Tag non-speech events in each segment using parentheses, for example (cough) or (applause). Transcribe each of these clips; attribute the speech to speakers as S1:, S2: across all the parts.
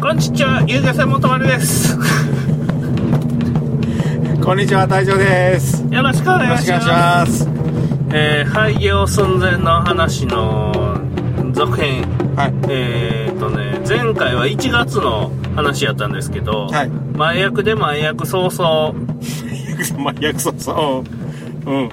S1: こんにちは、遊漁船元丸です。 (laughs)
S2: こんにちは、大将です。よ
S1: よろしくお願
S2: ろ
S1: い
S2: し
S1: し
S2: くお願いし
S1: ます。
S2: ます。
S1: えー、廃業寸前の話の続編。
S2: はい。
S1: えー、とね、前回は1月の話やったんですけど、
S2: はい
S1: 前役で前役早々、
S2: まあ、約束そう。うん。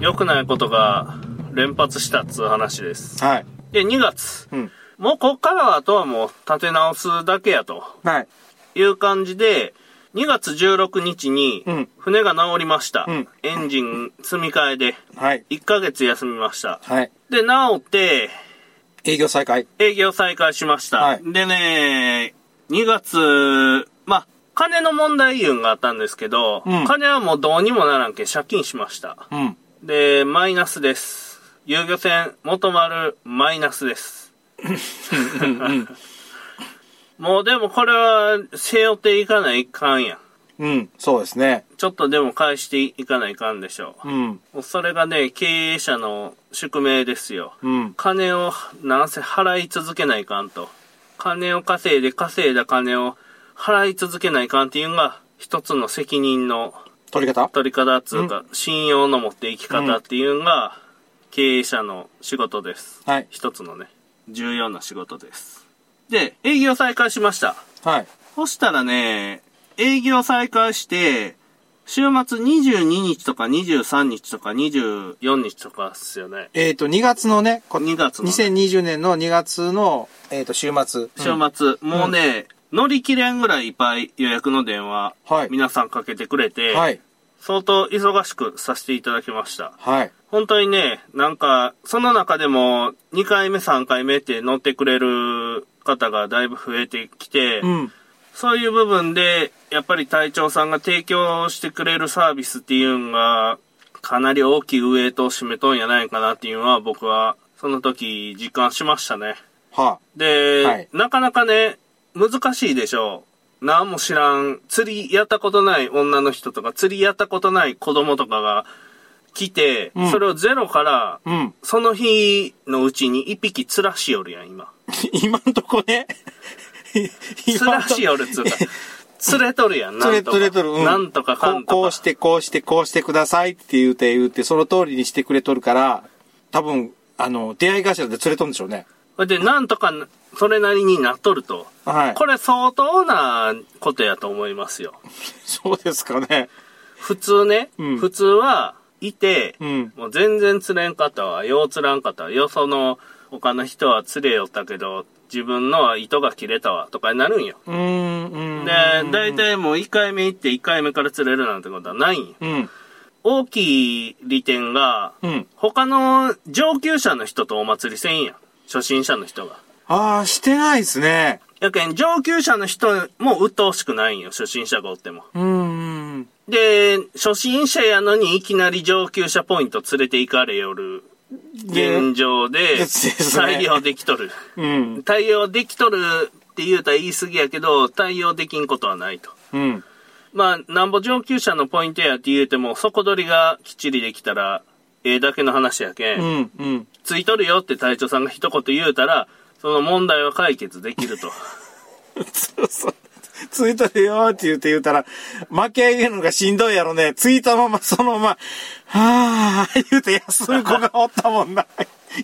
S1: 良くないことが連発したっつう話です。
S2: はい。
S1: で、2月。
S2: うん。
S1: もうこっからはあとはもう立て直すだけやと
S2: はい。
S1: いう感じで、2月16日に
S2: うん
S1: 船が治りました。
S2: うん
S1: エンジン積み替えで
S2: はい。
S1: 1ヶ月休みました。
S2: はい。
S1: で、治って
S2: 営業再開。
S1: 営業再開しました。
S2: はい
S1: でね、2月、まあ、金の問題言うんがあったんですけど、
S2: うん
S1: 金はもうどうにもならんけん借金しました。
S2: うん。
S1: で、マイナスです。遊漁船、元丸、マイナスです。 (laughs) もうでもこれは背負っていかないかんやん。
S2: うん。そうですね。
S1: ちょっとでも返していかないかんでしょ
S2: うん。
S1: う。もうそれがね、経営者の宿命ですよ。
S2: うん。
S1: 金をなんせ払い続けないかんと。金を稼いで稼いだ金を払い続けないかんっていうのが一つの責任の
S2: 取り方
S1: 取り方っつうか、信用の持っていき方っていうのが経営者の仕事です。
S2: はい。
S1: 一つのね、重要な仕事です。で、営業再開しました。
S2: はい。
S1: そしたらね、営業再開して、週末22日とか23日とか24日とかっすよね。
S2: えっ、と、2月のね、こ
S1: 2月のね、
S2: 2020年の2月の、えっ、と、週末。
S1: 週末、もうね、乗り切れんぐらいいっぱい予約の電話、
S2: はい
S1: 皆さんかけてくれて、
S2: はい。
S1: 相当忙しくさせていただきました。
S2: はい。
S1: 本当にね、なんか、その中でも、2回目、3回目って乗ってくれる方がだいぶ増えてきて、
S2: うん。
S1: そういう部分で、やっぱり隊長さんが提供してくれるサービスっていうのが、かなり大きいウエイトを占めとんやないかなっていうのは、僕は、その時、実感しましたね。
S2: は
S1: で、
S2: はい
S1: なかなかね、難しいでしょう。何も知らん、釣りやったことない女の人とか、釣りやったことない子供とかが来て、
S2: うん
S1: それをゼロから、
S2: あ。うん。 (laughs)
S1: その日のうちに一匹釣らしよるやん、今。
S2: 今んとこね。
S1: 釣らしよるっつうか、
S2: (laughs)
S1: 釣れとるやん、な
S2: それ
S1: んとか。
S2: とれとる、うん、
S1: なんとかかんとか。
S2: こうこうしてこうしてこうしてくださいって言うて言うてその通りにしてくれとるから多分あの出会い頭で連れとんでしょうね
S1: で、なんとか、それなりになっとると。
S2: はい
S1: これ相当なことやと思いますよ。
S2: そうですかね
S1: 普通ね、
S2: うん
S1: 普通は、いて、
S2: うん
S1: (laughs) もう全然釣れんかったわ。よう釣らんかったわ。よその他の人は釣れよったけど、自分のは糸が切れたわ。とかになるんよ。
S2: うーんうん
S1: で、大体もう1回目行って1回目から釣れるなんてことはないんよ。
S2: うん
S1: 大きい利点が、
S2: うん
S1: 他の上級者の人とお祭りせんやん。初心者の人が。
S2: ああしてないですね
S1: やけん、上級者の人も鬱陶しくないんよ。初心者がおっても。
S2: うーん
S1: で、初心者やのにいきなり上級者ポイント連れて行かれよる現状で
S2: ですですね
S1: 対応できとる。
S2: うん
S1: 対応できとるって言うたら言い過ぎやけど、対応できんことはないと。
S2: うん
S1: まあ、なんぼ上級者のポイントやって言うても、底取りがきっちりできたら、ええだけの話やけん、
S2: うんうん
S1: ついとるよって隊長さんが一言言うたら、その問題は解決できると。
S2: そうそうついたるよって言うて言うたら、巻き上げるのがしんどいやろね。ついたままそのまま、はぁー言うて休む子がおったもんな。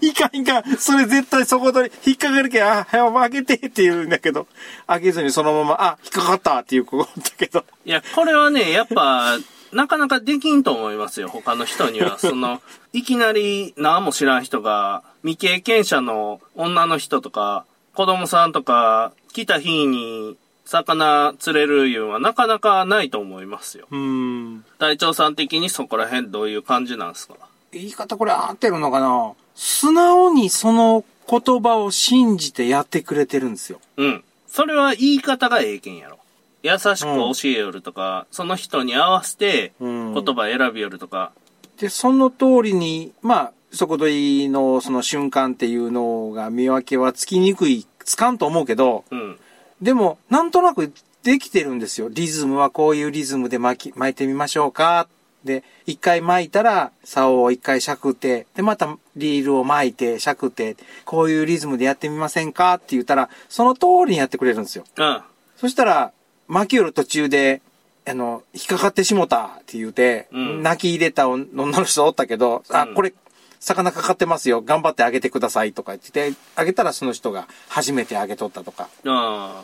S2: いかんいかん。それ絶対そこと引っかかるけん、あ、早く開けてって言うんだけど、開けずにそのまま、あ、引っかかったっていう子がおったけど。
S1: いや、これはね、やっぱ、 (laughs) なかなかできんと思いますよ、他の人に
S2: (laughs)
S1: は。その、いきなり何も知らん人が、未経験者の女の人とか、子供さんとか、来た日に魚釣れるいうんはなかなかないと思いますよ。
S2: うーん。
S1: 隊長さん的にそこら辺どういう感じなんですか
S2: 言い方これ合ってるのかな素直にその言葉を信じてやってくれてるんですよ。
S1: うん。それは言い方がええけんやろ。優しく教えよるとか、その人に合わせて
S2: うん
S1: 言葉選びよるとか、
S2: で、その通りに、まあ、底取りのその瞬間っていうのが見分けはつきにくい、つかんと思うけど、
S1: うん。
S2: でも、なんとなくできてるんですよ。リズムはこういうリズムで巻き、巻いてみましょうかっで、一回巻いたら、竿を一回しゃくって、で、またリールを巻いて、しゃくって、こういうリズムでやってみませんかって言ったら、その通りにやってくれるんですよ。
S1: うん。
S2: そしたら、巻きよる途中で、あの、引っかかってしもたって言うて、
S1: うん
S2: 泣き入れた女の人おったけど、あ、
S1: うん
S2: これ、魚かかってますよ、頑張ってあげてくださいとか言って、あげたらその人が初めてあげとったとか。
S1: あ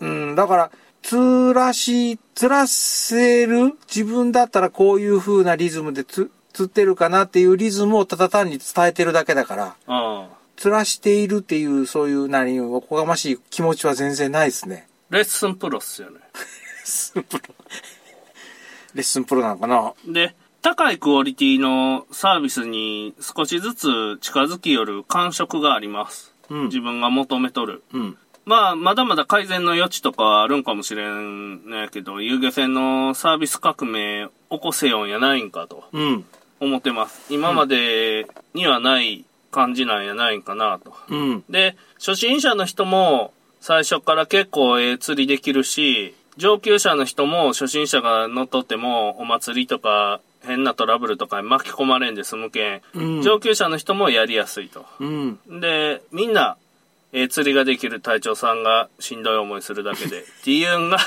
S2: うん、だから、つらし、つらせる自分だったらこういう風なリズムでつ、釣ってるかなっていうリズムをただ単に伝えてるだけだから、
S1: あ。ああ。
S2: つらしているっていう、そういう何、おこがましい気持ちは全然ないですね。
S1: レッスンプロっすよね。
S2: レッスンプロ。レッスンプロなのかな
S1: で、高いクオリティのサービスに少しずつ近づきよる感触があります。
S2: うん
S1: 自分が求めとる。
S2: うん。
S1: まあ、まだまだ改善の余地とかはあるんかもしれんのやけど、遊漁船のサービス革命起こせよんやないんかと
S2: うん。
S1: 思ってます。今までにはない感じなんやないんかなと。
S2: うん。
S1: で、初心者の人も最初から結構ええ釣りできるし、上級者の人も初心者が乗っとってもお祭りとか変なトラブルとかに巻き込まれんで済むけん、
S2: うん。
S1: 上級者の人もやりやすいと。
S2: うん。
S1: で、みんな、えー釣りができる隊長さんがしんどい思いするだけ (laughs) で、っていうんが、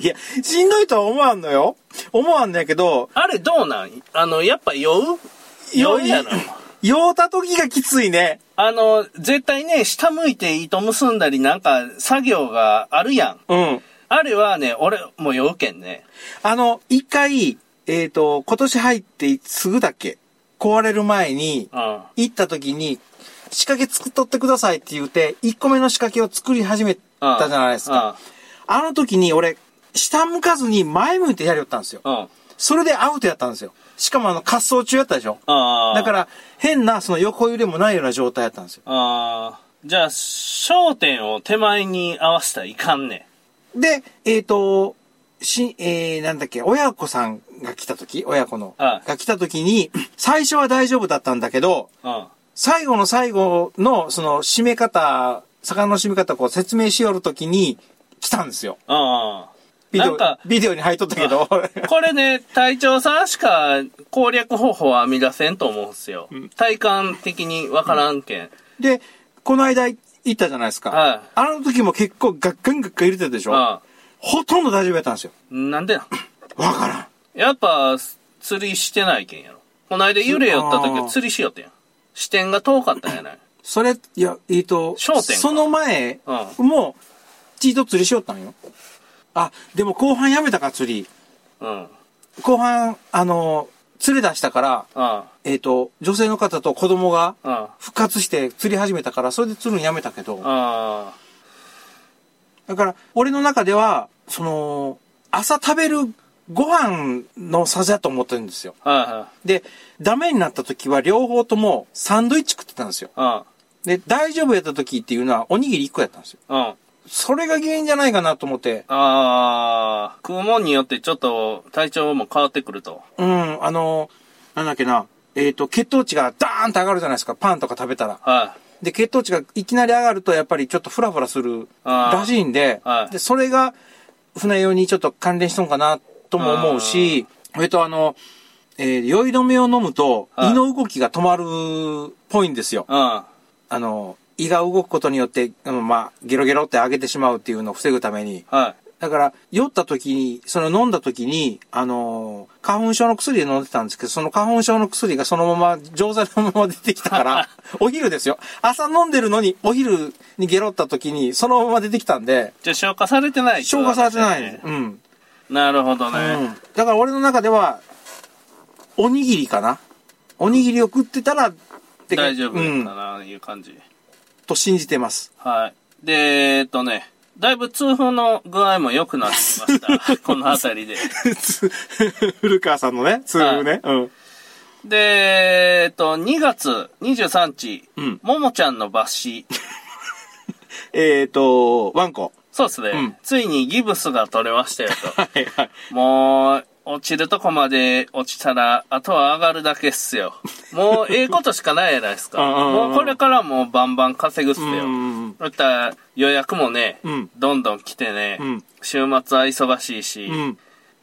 S2: いや、しんどいとは思わんのよ。思わんのやけど、
S1: あれどうなんあの、やっぱ酔う酔うやろ。
S2: 酔うた時がきついね。
S1: あの、絶対ね、下向いて糸結んだりなんか作業があるやん。
S2: うん。
S1: あれはね、俺も酔うけんね。
S2: あの、一回、えっ、と、今年入ってすぐだっけ壊れる前に、
S1: うん。
S2: 行った時に、仕掛け作っとってくださいって言って、1個目の仕掛けを作り始めたじゃないですか。
S1: か。
S2: あの時に俺、下向かずに前向いてやりよったんですよ。
S1: うん。うん
S2: それでアウトやったんですよ。しかもあの、滑走中やったでしょ。
S1: ああ。
S2: だか、ら、変な、その横揺れもないような状態やったんですよ。
S1: ああ。じゃあ、焦点を手前に合わせたらいかんね。
S2: で、えっ、と、し、えー、なんだっけ、親子さんが来た時親子の。
S1: はい
S2: が来た時に、最初は大丈夫だったんだけど、
S1: うん。
S2: 最後の最後の、その、締め方、魚の締め方をこう説明しよる時に、来たんですよ。
S1: ああ。
S2: ビデ
S1: なん
S2: オ
S1: か、
S2: ビデオに入っとったけど。
S1: これね、隊長さんしか攻略方法は編み出せんと思うんすよ。体感的にわからんけん。
S2: (laughs) で、この間行ったじゃないですか。
S1: はい
S2: あの時も結構ガッカンガッカン入れてたでしょ。
S1: ああ。
S2: ほとんど大丈夫やったんですよ。
S1: なんでなん (coughs)
S2: わからん。
S1: やっぱ、釣りしてないけんやろ。こないだ幽霊寄った時は釣りしよってやん。視点が遠かったんやない。
S2: それ、いや、えっ、と、
S1: 商店か
S2: その前も、チート釣りしよったんよ。あ、でも後半やめたか、釣り。
S1: うん。あ
S2: 後半、あの、釣れ出したから、
S1: あ。
S2: えっ、と、女性の方と子供が
S1: ああ。
S2: 復活して釣り始めたから、それで釣るのやめたけど、
S1: ああ。
S2: だから、俺の中では、その、朝食べるご飯のさじだと思ってるんですよ。
S1: はいはい。
S2: で、ダメになった時は両方ともサンドイッチ食ってたんですよ。
S1: あ
S2: で、大丈夫やった時っていうのはおにぎり1個やったんですよ。
S1: あ。うん。
S2: それが原因じゃないかなと思って、
S1: ああ、食うもんによってちょっと体調も変わってくると。
S2: うん、あの、なんだっけな、えっ、と、血糖値がダーンと上がるじゃないですか、パンとか食べたら。
S1: は
S2: で、血糖値がいきなり上がると、やっぱりちょっとフラフラする
S1: あー
S2: らしいんで
S1: は、い
S2: で、それが船用にちょっと関連しとんかなとも思うし、えっと、あの、えー酔い止めを飲むと、
S1: はい
S2: 胃の動きが止まるっぽいんですよ
S1: い。。うん。
S2: あの、胃が動くことによって、うんまあ、ゲロゲロって上げてしまうっていうのを防ぐために、
S1: はい。
S2: だから、酔った時に、その飲んだ時に、あのー花粉症の薬で飲んでたんですけど、その花粉症の薬がそのまま、錠剤のまま出てき
S1: (laughs)
S2: たから、お昼ですよ。朝飲んでるのに、お昼にゲロった時に、そのまま出てきたんで、
S1: じゃあ消化されてない、
S2: 消化されてないん
S1: ね
S2: です。うん。
S1: なるほど
S2: う
S1: ね。
S2: ん。だから俺の中では、おにぎりかな。おにぎりを食ってたら、って
S1: 大丈夫
S2: う
S1: だ
S2: ん
S1: った。な、いう感じ。
S2: と信じ
S1: (laughs)
S2: てます。
S1: はい。で、えっとね、だいぶ痛風の具合も良くなってきま
S2: (laughs)
S1: した。この辺りで。
S2: 古川さんのね、ツールね。うん。
S1: で、えっと、2月23日、
S2: うん
S1: ももちゃんの抜歯。
S2: えっ、と、ワンコ。
S1: そうですね、
S2: うん
S1: ついにギブスが取れましたよと。
S2: はいはい。
S1: もう、落ちるとこまで落ちたら、あとは上がるだけっすよ。もう、ええことしかないじゃないですか。
S2: うんうんうん
S1: もう、これからもうバンバン稼ぐっす
S2: うん
S1: よ。
S2: うんうん
S1: そしたら、予約もね、
S2: うん
S1: どんどん来てね、
S2: うん
S1: 週末は忙しいし、
S2: うん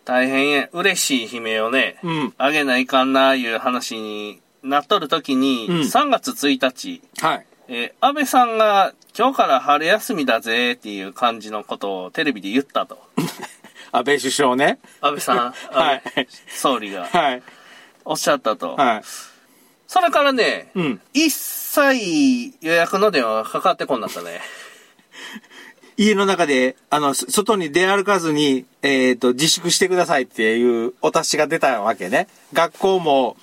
S1: 大変や嬉しい悲鳴をね、
S2: うん
S1: あげないかんな、いう話になっとるときに、
S2: うん
S1: 3月1日、
S2: はい。
S1: えー安倍さんが今日から春休みだぜっていう感じのことをテレビで言ったと。
S2: 安倍首相ね。
S1: 安倍さん、
S2: はい
S1: 安倍総理が
S2: はい。
S1: おっしゃったと。
S2: はい。
S1: それからね、
S2: うん。
S1: 一切予約の電話がかかってこんなったね。
S2: 家の中で、あの、そ外に出歩かずに、えっ、と、自粛してくださいっていうお達しが出たわけね。学校も、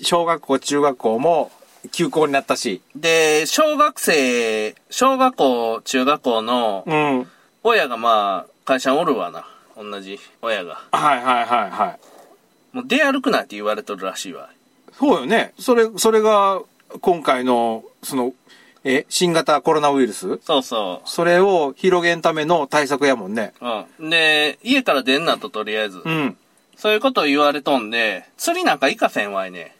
S2: 小学校、中学校も休校になったし。
S1: で、小学生、小学校、中学校の
S2: うん。はい
S1: 親がまあ、会社におるわな。同じ親が。
S2: はいはいはい。
S1: もう出歩くなって言われとるらしいわ。
S2: そうよね。それ、それが、今回の、その、え、新型コロナウイルス
S1: そうそ
S2: それを広げんための対策やもんね。
S1: う。うん。で、家から出んなととりあえず。
S2: うん。
S1: そういうことを言われとんで、釣りなんか行かせんわいね。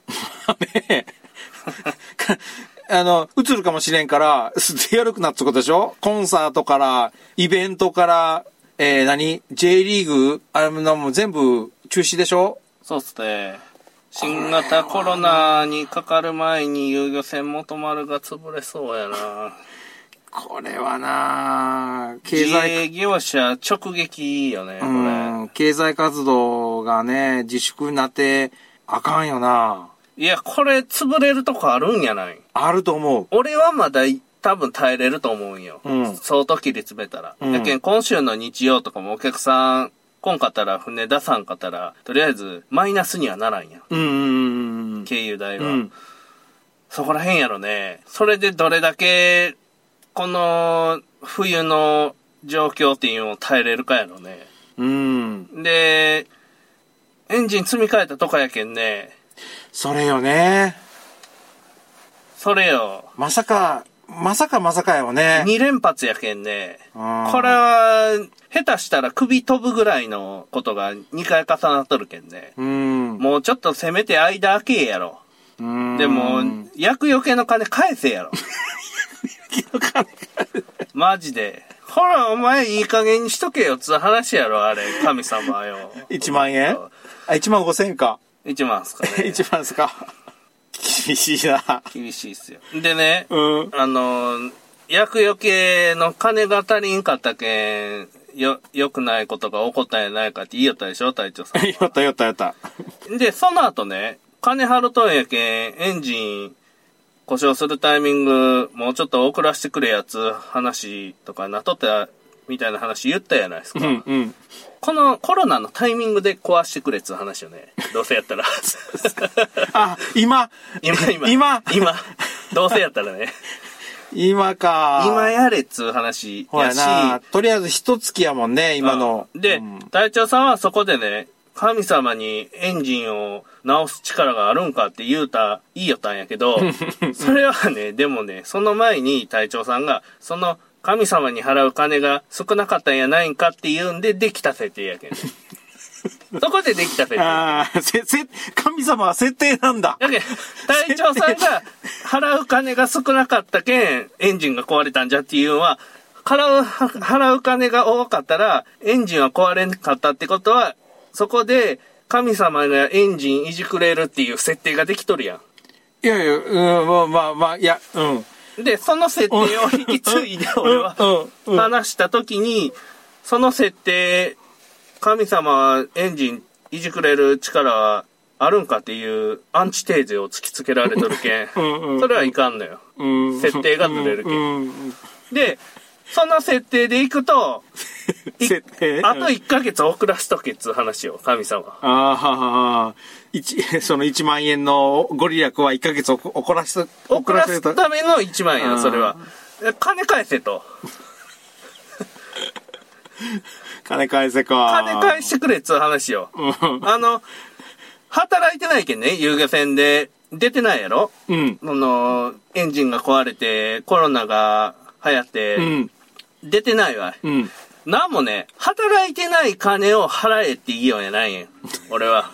S2: ねえ。 (laughs) あの、映るかもしれんから、出歩くなってことでしょコンサートから、イベントから、えー、何 ?J リーグあれもなもう全部中止でしょ
S1: そうっすね。新型コロナにかかる前に遊漁船元丸が潰れそうやな。
S2: これはな経
S1: 経
S2: 済、
S1: 営業者直撃よね、こ
S2: う
S1: れ。
S2: ん、経済活動がね、自粛になって、あかんよない
S1: や、これ潰れるとこあるんやない
S2: あると思う。
S1: 俺はまだ多分耐えれると思うんよ。
S2: うん
S1: 相当切り詰めたら。
S2: うん
S1: やけん、今週の日曜とかもお客さん来んかったら、船出さんかったら、とりあえずマイナスにはならんや。
S2: うんうん
S1: 経由代
S2: うんうん。
S1: は。
S2: うん。
S1: そこら辺やろね。それでどれだけ、この冬の状況っていうのを耐えれるかやろね。
S2: うん。
S1: で、エンジン積み替えたとかやけんね。
S2: それよね。
S1: それよ。
S2: まさか、まさかまさかよね。
S1: 2連発やけんね。
S2: こ
S1: これは、下手したら首飛ぶぐらいのことが2回重なっとるけんね。
S2: うん。
S1: もうちょっとせめて間空けえやろ。でも、厄除けの金返せやろ。マジで。ほら、お前いい加減にしとけよっつう話やろ、あれ。神様よ。
S2: 1万円あ、1万5千円 (laughs) か。
S1: ?1 万っすか
S2: (laughs)
S1: ね。
S2: 1万ですか。厳しいな。
S1: 厳しいっすよ。でね、
S2: うん。
S1: あの、厄除けの金が足りんかったけん、よ、良くないことが起こったんやないかって言いよったでしょ、隊長さんは。
S2: よったよったよった。
S1: で、その後ね、金張るとんやけん、エンジン故障するタイミング、もうちょっと遅らせてくれやつ、話とかなっとった、みたいな話言ったやないです
S2: う
S1: か。
S2: んうん。
S1: このコロナのタイミングで壊してくれっつう話よね。 (laughs) どうせやったら。
S2: あ、今、
S1: 今、今。
S2: 今
S1: 今。どうせやったら (laughs) ね。
S2: 今か。
S1: 今やれっつう話
S2: ほ
S1: や
S2: や
S1: し。
S2: な。とりあえず一月やもんね、今の。
S1: で、
S2: うん
S1: 隊長さんはそこでね、神様にエンジンを直す力があるんかって言うた、いいよったんやけ
S2: (laughs)
S1: ど、それはね、でもね、その前に隊長さんが、その神様に払う金が少なかったんやないんかって言うんで、できた設定やけん
S2: (laughs)
S1: ね。そこでできた設定。や
S2: ああ、せ、せ、神様は設定なんだ。
S1: けん、隊長さんが払う金が少なかったけん、エンジンが壊れたんじゃっていうのは、払う、払う金が多かったら、エンジンは壊れんかったってことは、そこで、神様がエンジンいじくれるっていう設定ができとるや
S2: いやいや、うん、まあまあまあ、いや、う
S1: ん。
S2: ん。
S1: で、その設定を引き継いで、俺は、
S2: うん、うん。
S1: 話した時に、その設定、神様はエンジンいじくれる力はあるんかっていうアンチテーゼを突きつけられとるけん、
S2: んうんうん
S1: それはいかんのよ。
S2: うん
S1: 設定がずれるけん
S2: うんうん
S1: で、その設定でいくと、い
S2: 設定
S1: あと1ヶ月遅らしとけっつう話を、神様。
S2: ああ、ははは。一、 (laughs) その1万円のご利益は1ヶ月おこ怒らせ、
S1: 遅らす
S2: せた
S1: ための1万円、それは。金返せと。
S2: 金返せか。
S1: 金返してくれっつう話よ。あの、働いてないけんね、遊漁船で。出てないやろ
S2: うん。
S1: その、エンジンが壊れて、コロナが流行って、
S2: うん。
S1: 出てないわ。
S2: うん。
S1: なんもね、働いてない金を払えって言いようやないんや俺は。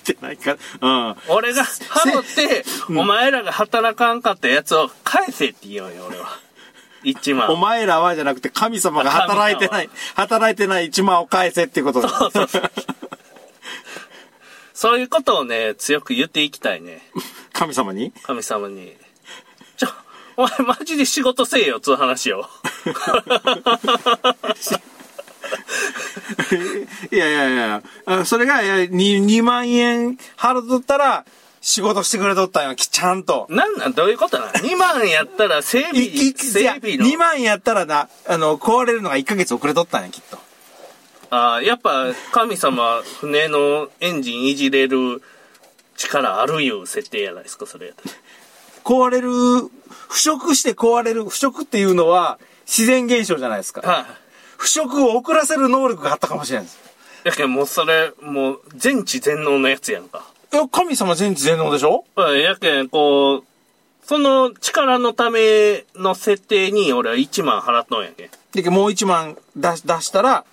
S2: ってないか。うん。
S1: 俺が払って、お前らが働かんかったやつを返せって言おうよ、俺は。1万。
S2: お前らはじゃなくて神様が働いてない、働いてない1万を返せってことだ。
S1: そうそうそうそういうことをね、強く言っていきたいね。
S2: (laughs) 神様に (laughs)
S1: 神様に。ちょ、お前マジで仕事せえよ、つう話よ。
S2: いやいやいやあ、それが、いや 2, 2万円払っとったら、仕事してくれとったんよ、きちゃんと。
S1: なんなん、どういうことなん ?2 万やったら整備、
S2: いきいきい
S1: 整
S2: や
S1: 備の。
S2: 2万やったらな、あの、壊れるのが1ヶ月遅れとったんや、きっと。
S1: ああ、やっぱ神様、船のエンジンいじれる力あるいう設定やないですか、それやったら
S2: 壊れる、腐食して壊れる、腐食っていうのは、自然現象じゃないですか。
S1: はい、
S2: 腐食を遅らせる能力があったかもしれないです。
S1: だけどもうそれ、もう全知全能のやつやんか。
S2: いや、神様全知全能でしょ
S1: うんやけん、こう、その力のための設定に俺は1万払っとんやけん。
S2: で、もう1万出し出したら、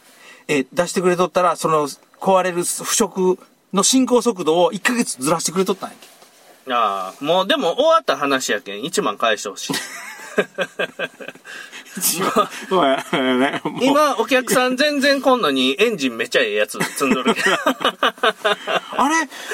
S2: えー出してくれとったら、その、壊れる腐食の進行速度を1ヶ月ずらしてくれとったんやけ。
S1: ああ、もうでも終わった話やけん、1万返してほしい。
S2: ごめんねもう
S1: 今、 (laughs) お客さん全然来んのにエンジンめちゃええやつ積んど (laughs) るけど。。
S2: あ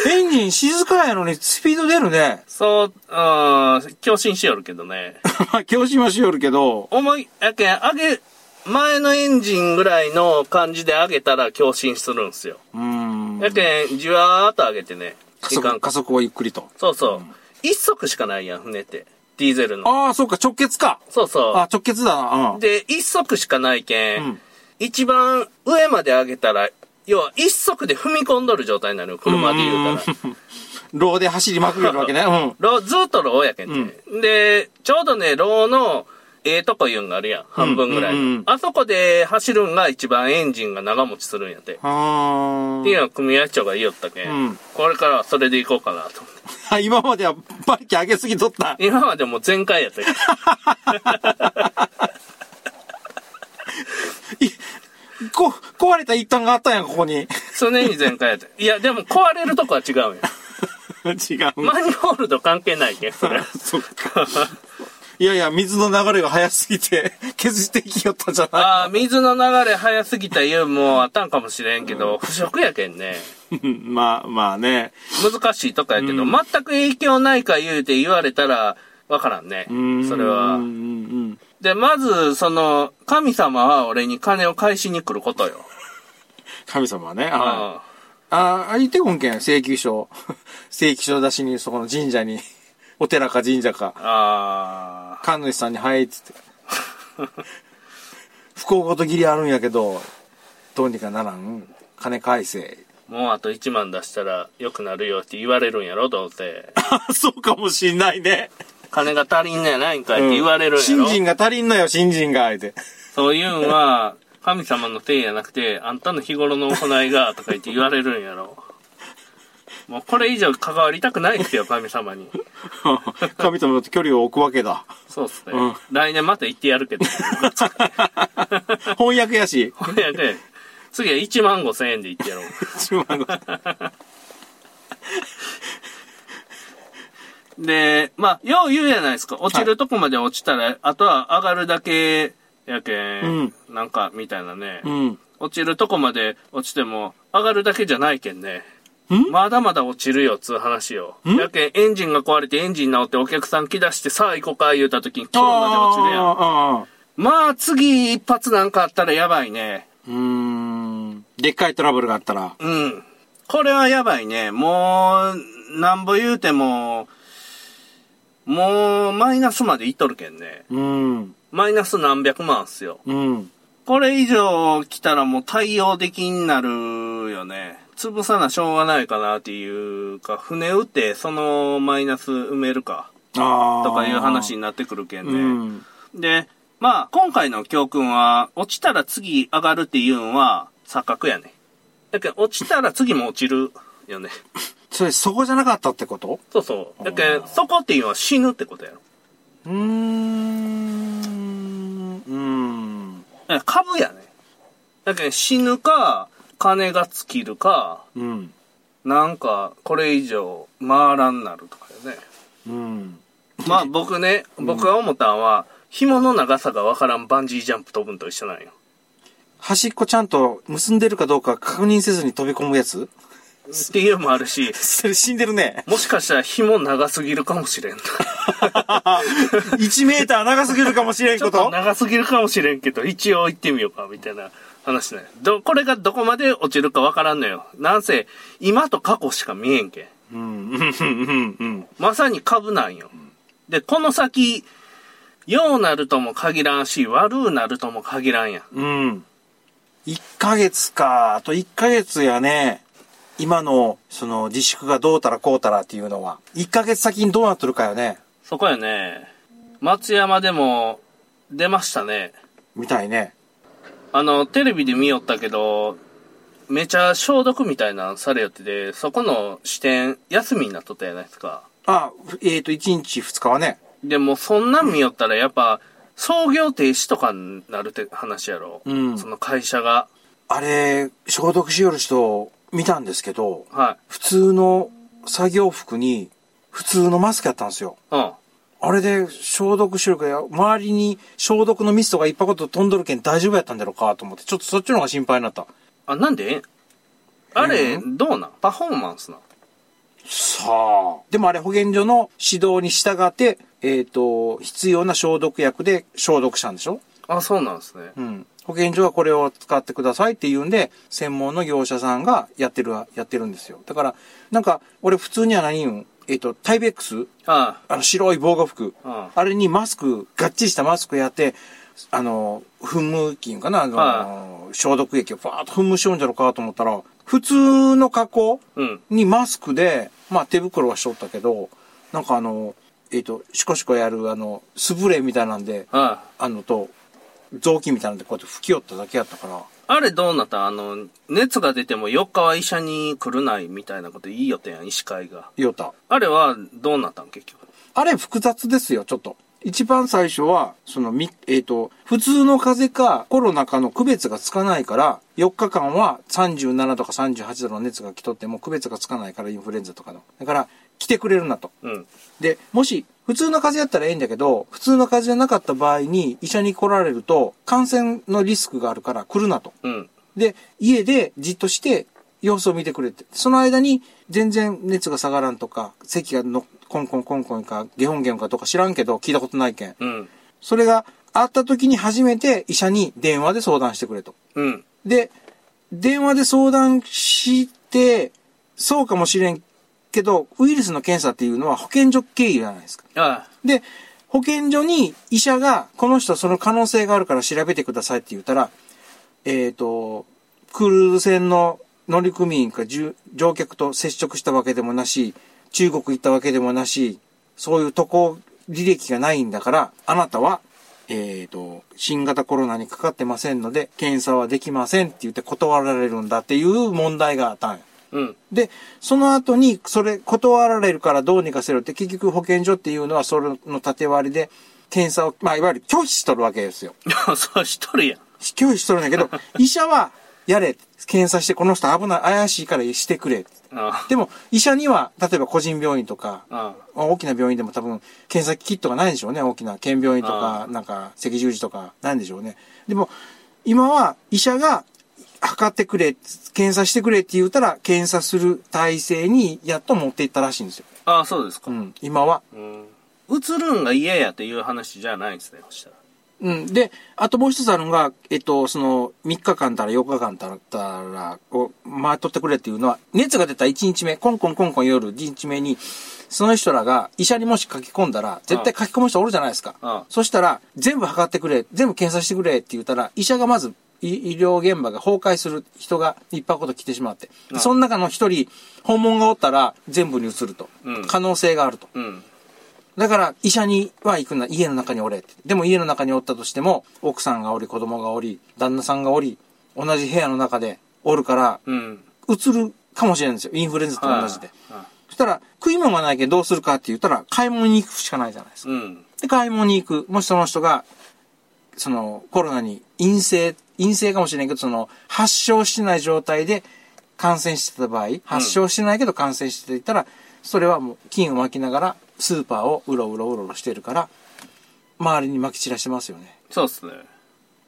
S2: れエンジン静かやのにスピード出るね
S1: そう、うん、共振しよるけどね。
S2: (laughs) まあ、教師はしよるけど、
S1: 思い、やけん、上げ、前のエンジンぐらいの感じで上げたら共振するんすよ。
S2: うーん。
S1: やけん、じわーっと上げてね。
S2: 加
S1: いかん
S2: 速、加速をゆっくりと。
S1: そうそう。一足しかないやん、船って。ディーゼルの。
S2: ああ、そっか、直結か。
S1: そうそ
S2: あ、直結だな。う
S1: う。
S2: ん。
S1: で、一足しかないけん、
S2: うん
S1: 一番上まで上げたら、要は一足で踏み込んどる状態になるよ車で言うたら。
S2: ローで走りまくれるわけね。う
S1: ローずっとローやけんね、で、ちょうどね、ローの、ええとこいうんがあるやん。半分ぐらいの、
S2: うんうんうん
S1: あそこで走るんが一番エンジンが長持ちするんやて。
S2: ん。あ
S1: っていうのは組合長が言いよったけ、
S2: うん
S1: ん。これからはそれでいこうかなと思って。
S2: あ。今まではバリキ上げすぎとった。
S1: 今までもう全開やったけ
S2: (laughs)
S1: ど。
S2: こ、壊れた一端があったんやん、ここに。 (laughs)
S1: 常に全開やった。いや、でも壊れるとこは違うんや。
S2: 違う。
S1: マニホールド関係ないけん、それ。
S2: (laughs) そっか。いやいや、水の流れが早すぎて、 (laughs) 削っていきよったんじゃない
S1: ああ、水の流れ早すぎた言うもんあったんかもしれんけど、腐食やけんね。
S2: うんまあまあね。
S1: 難しいとかやけど、全く影響ないか言うて言われたら、わからんね。
S2: うん
S1: それは
S2: うん。うん
S1: で、まず、その、神様は俺に金を返しに来ることよ。
S2: 神様はね。
S1: うん
S2: ああ、あ、言ってこんけん、請求書。請求書出しに、そこの神社に、お寺か神社か。
S1: あ
S2: 神主さんに「はい」っつって「不幸ごとぎりあるんやけどどうにかならん金返せ
S1: ーもうあと1万出したら良くなるよって言われるんやろ、どう
S2: (laughs)
S1: せ」。
S2: そうかもしんないね
S1: 金が足りんのやないんかいって言われるんや
S2: 新
S1: ろ。
S2: 人が足りんのよ新人があえて
S1: そういうんは、神様の手やなくて、あんたの日頃の行いが、とか言って言われるんやろ。もうこれ以上関わりたくないですよ、神様に。
S2: (laughs) 神様と距離を置くわけだ
S1: そうっすね。
S2: うん
S1: 来年また行ってやるけど。
S2: 翻訳や (laughs) し
S1: ほんやで、次は1万5千円で行ってやろう。で、まあ、よう言うじゃないですか。落ちるとこまで落ちたら、あとは上がるだけやけん、なんか、みたいなね、
S2: うん
S1: 落ちるとこまで落ちても、上がるだけじゃないけんね。
S2: ん
S1: まだまだ落ちるよ、つう話よ。やけん、エンジンが壊れてエンジン直ってお客さん来だして、さあ行こうか、言うた時に、今日まで落ちるやん。
S2: ああ
S1: まあ、次一発なんかあったらやばいね。
S2: うーんでっかいトラブルがあったら
S1: うん。これはやばいね。もう、なんぼ言うても、もう、マイナスまでいっとるけんね。
S2: うん
S1: マイナス何百万っすよ。
S2: うん
S1: これ以上来たらもう対応できんなるよね。潰さなしょうがないかなっていうか、船打ってそのマイナス埋めるか
S2: ああ
S1: とかいう話になってくるけんね。
S2: うん
S1: で、まあ、今回の教訓は、落ちたら次上がるっていうのは錯覚やね。だけど、落ちたら次も落ちるよね。
S2: それそこじゃなかったってこと
S1: そうそう。だけど、そこっていうのは死ぬってことやろ。
S2: うーん。うーん。
S1: だから株やね。だけど、死ぬか、金が尽きるか、
S2: うん。
S1: なんか、これ以上回らんなるとかよね。
S2: うん。
S1: まあ僕ね、僕が思ったんは、紐の長さがわからんバンジージャンプ飛ぶんと一緒なんよ。
S2: 端っこちゃんと結んでるかどうか確認せずに飛び込むや
S1: っ
S2: つ
S1: ていうのもあるし、
S2: それ死んでるね。
S1: もしかしたら紐長すぎるかもしれ
S2: (laughs)
S1: ん。
S2: 1メーター長すぎるかもしれん
S1: ちょ
S2: こ
S1: っと
S2: と。
S1: 長すぎるかもしれんけど、一応行ってみようか、みたいな話ね。ど、これがどこまで落ちるかわからんのよ。なんせ、今と過去しか見えんけん。
S2: うん、うん、うん、うん。
S1: まさに株なんよ。で、この先、良うなるとも限らんし、悪うなるとも限らんやん。
S2: うん。1ヶ月か。あと1ヶ月やね。今の、その、自粛がどうたらこうたらっていうのは。1ヶ月先にどうなってるかよね。
S1: そこよね。松山でも、出ましたね。
S2: みたいね。
S1: あの、テレビで見よったけど、めちゃ消毒みたいなのされよってて、そこの支店、休みになっとったやないですか。
S2: あ、ふえっ、と、1日2日はね。
S1: でもそんなん見よったらやっぱ創業停止とかになるって話やろ。
S2: うん
S1: その会社が。
S2: あれ、消毒しよる人見たんですけど、
S1: は
S2: 普通の作業服に普通のマスクやったんですよ。
S1: い。うん。
S2: あれで消毒しよるから、周りに消毒のミストがいっぱいこと飛んどるけん大丈夫やったんだろうかと思って、ちょっとそっちの方が心配になった。
S1: あ、なんであれ、
S2: う
S1: どうなんパフォーマンスなん
S2: さあ。でもあれ保健所の指導に従って、えっ、と、必要な消毒薬で消毒したんでしょ
S1: あ、そうなんですね。
S2: うん。保健所はこれを使ってくださいって言うんで、専門の業者さんがやってるわ、やってるんですよ。だから、なんか、俺普通には何言うんえっ、と、タイベックス
S1: あ
S2: あの白い防護服、
S1: うん
S2: あれにマスクがっちりしたマスクやってあの噴霧器んかなあの、
S1: は
S2: 消毒液をファーッと噴霧しようんじゃろうかと思ったら普通の加工
S1: うん。
S2: にマスクで、まあ、手袋はしとったけどなんかあのえっ、とシコシコやるあのスプレーみたいなんで
S1: あ
S2: あのと雑巾みたいなんでこうやって吹き寄っただけやったから
S1: あれどうなったんあの、熱が出ても4日は医者に来るないみたいなこと言いよったやん、医師会が。
S2: 言おった
S1: あれはどうなったん結局。
S2: あれ複雑ですよ、ちょっと。一番最初は、そのみ、えっ、と、普通の風邪かコロナかの区別がつかないから、4日間は37とか38度の熱が来とっても区別がつかないから、インフルエンザとかの。だから、来てくれるなと。
S1: うん。
S2: で、もし、普通の風邪やったらええんだけど、普通の風邪じゃなかった場合に、医者に来られると、感染のリスクがあるから来るなと。
S1: うん。
S2: で、家でじっとして様子を見てくれて、その間に全然熱が下がらんとか、咳がのコンコンコンコンか、ゲホンゲホンかとか知らんけど聞いたことないけん。
S1: うん。
S2: それがあった時に初めて医者に電話で相談してくれと。
S1: うん。
S2: で、電話で相談して、そうかもしれんけど、ウイルスの検査っていうのは保健所経由じゃないですか。
S1: あ
S2: で、保健所に医者が、この人はその可能性があるから調べてくださいって言ったら、えっ、と、クルーズ船の乗組員かじゅ乗客と接触したわけでもなし、中国行ったわけでもなし、そういう渡航履歴がないんだから、あなたは、えっ、と、新型コロナにかかってませんので、検査はできませんって言って断られるんだっていう問題があったんよ
S1: うん。 (laughs)
S2: で、その後に、それ、断られるからどうにかせろって、結局保健所っていうのは、それの縦割りで、検査を、まあ、いわゆる拒否しとるわけですよ。
S1: でもそうしとるやん。
S2: 拒否しとるんだけど、医者は、やれ、検査して、この人危ない、怪しいからしてくれ。
S1: あ
S2: でも、医者には、例えば個人病院とか、
S1: あ。
S2: 大きな病院でも多分、検査キットがないんでしょうね。大きな県病院と
S1: あ
S2: か、なんか、赤十字とか、ないんでしょうね。でも、今は医者が、測ってくれ、検査してくれって言ったら、検査する体制にやっと持っていったらしいんですよ。
S1: ああ、そうですか
S2: う。ん、今は。
S1: うん。映るんが嫌やっていう話じゃないんですね、そしたら。
S2: うん。で、あともう一つあるのが、えっと、その、3日間たら4日間たら、を回っとってくれっていうのは、熱が出た1日目、コンコンコンコン夜、1日目に、その人らが医者にもし書き込んだら、絶対書き込む人おるじゃないですか。
S1: ああ
S2: そしたら、全部測ってくれ、全部検査してくれって言ったら、医者がまず、い医療現場が崩壊する人がいっぱいこと来てしまって、
S1: ああ
S2: その中の一人、訪問がおったら、全部に移ると。
S1: うん
S2: 可能性があると。
S1: うん。
S2: だから、医者には行くな、家の中におれって。でも家の中におったとしても、奥さんがおり、子供がおり、旦那さんがおり、同じ部屋の中でおるから、
S1: うん。
S2: うつるかもしれないんですよ。インフルエンザと同じで。
S1: はいはい
S2: そしたら、食い物がないけどどうするかって言ったら、買い物に行くしかないじゃないですか。
S1: うん。
S2: で、買い物に行く。もしその人が、その、コロナに陰性、陰性かもしれないけど、その、発症してない状態で感染してた場合、発症してないけど感染していたら、それはもう、菌をまきながら、スーパーをうろうろうろうろしてるから、周りにまき散らしてますよね。
S1: そうっすね。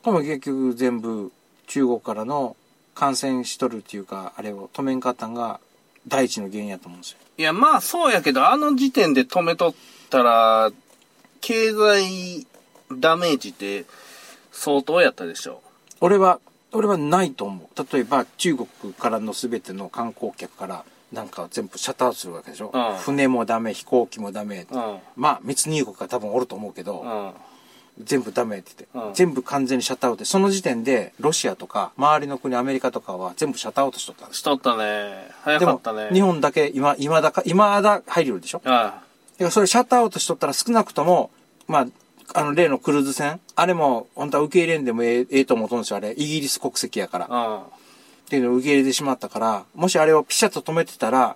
S2: これも結局全部、中国からの感染しとるっていうか、あれを止めんかったんが、第一の原因やと思うんですよ。
S1: いや、まあそうやけど、あの時点で止めとったら、経済ダメージって相当やったでしょ。
S2: 俺は、俺はないと思う。例えば、中国からの全ての観光客から、なんか全部シャットアウトするわけでしょ。
S1: うん
S2: 船もダメ、飛行機もダメ。
S1: うん。
S2: まあ、密入国が多分おると思うけど、
S1: うん。
S2: 全部ダメって言って、
S1: うん
S2: 全部完全にシャットアウトでその時点で、ロシアとか、周りの国、アメリカとかは全部シャットアウトしとったんです
S1: しとったね。早
S2: で
S1: か
S2: も
S1: ったね。
S2: 日。本だけ今、今だか、今だ入るでしょ
S1: あ
S2: だからそれシャットアウトしとったら少なくとも、まあ、あの例のクルーズ船、あれも本当は受け入れんでもええええと思うとんですよ、あれ。イギリス国籍やから。っ
S1: あ。
S2: ていうのを受け入れてしまったから、もしあれをピシャッと止めてたら、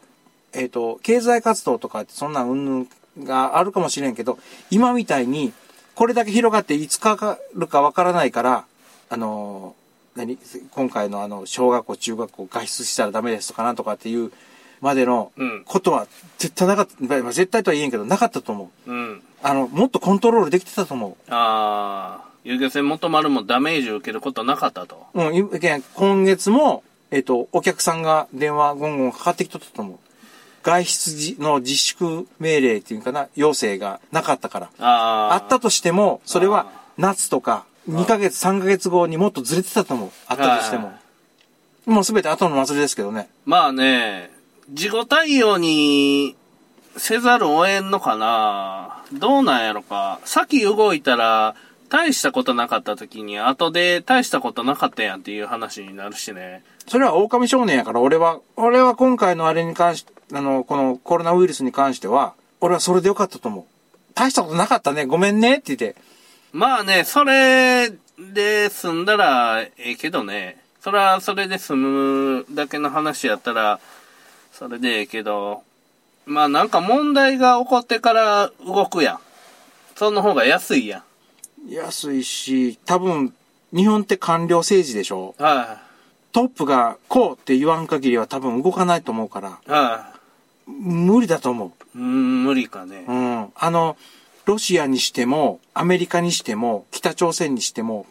S2: えっ、と、経済活動とかってそんなんうんぬんがあるかもしれんけど、今みたいに、これだけ広がっていつかかるかわからないから、あのー何今回のあの、小学校、中学校外出したらダメですとかなんとかっていうまでの
S1: うん
S2: ことは絶対なかった、まあ絶対とは言えんけど、なかったと思う。
S1: うん。うん。
S2: あの、もっとコントロールできてたと思
S1: ああ。遊漁船元丸もダメージ受けることなかったと。
S2: う。うん、いけん今月も、えっ、と、お客さんが電話ゴンゴンかかってきとったと思う。外出じの自粛命令っていうかな、要請がなかったから。
S1: ああ。
S2: あったとしても、それは
S1: あ
S2: 夏とか、2ヶ月、3ヶ月後にもっとずれてたと思う。あったとしても。もうすべて後の祭りですけどね。
S1: まあね、自己対応にせざるを得んのかな。どうなんやろか。先動いたら、大したことなかった時に、後で大したことなかったやんっていう話になるしね。
S2: それは狼少年やから、俺は、俺は今回のあれに関して、あの、このコロナウイルスに関しては、俺はそれでよかったと思う。大したことなかったね、ごめんねって言って。
S1: まあね、それで済んだらええけどね。それはそれで済むだけの話やったら、それでええけど、まあなんか問題が起こってから動くやん。その方が安いやん。
S2: 安いし、多分、日本って官僚政治でしょ
S1: は
S2: トップがこうって言わん限りは多分動かないと思うから、
S1: い、はい、
S2: 無理だと思
S1: うーん、無理かね
S2: う。う。ん。あの、ロシアにしても、アメリカにしても、北朝鮮にしても、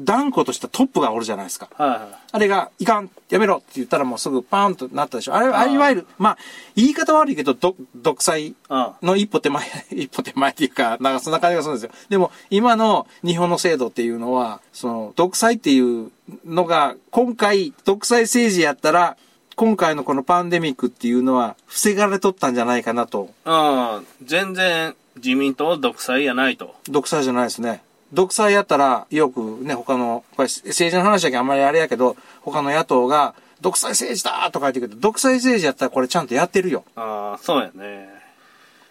S2: 断固としたトップがおるじゃないですか。
S1: は
S2: あれが、いかん、やめろって言ったらもうすぐパーンとなったでしょ。あれ
S1: あ
S2: は、
S1: ー
S2: いわゆる、まあ、言い方悪いけど、ど独裁
S1: い、はい。
S2: の一歩手前、 (laughs) 一歩手前っていうか、なんかそんな感じがするんですよ。でも、今の日本の制度っていうのは、その、独裁っていうのが、今回、独裁政治やったら、今回のこのパンデミックっていうのは、防がれとったんじゃないかなと。
S1: うん。全然、自民党独裁やないと。
S2: 独裁じゃないですね。独裁やったら、よくね、他の、これ政治の話だけあんまりあれやけど、他の野党が、独裁政治だとか言ってるけど、独裁政治やったらこれちゃんとやってるよ。
S1: ああ、そうやね。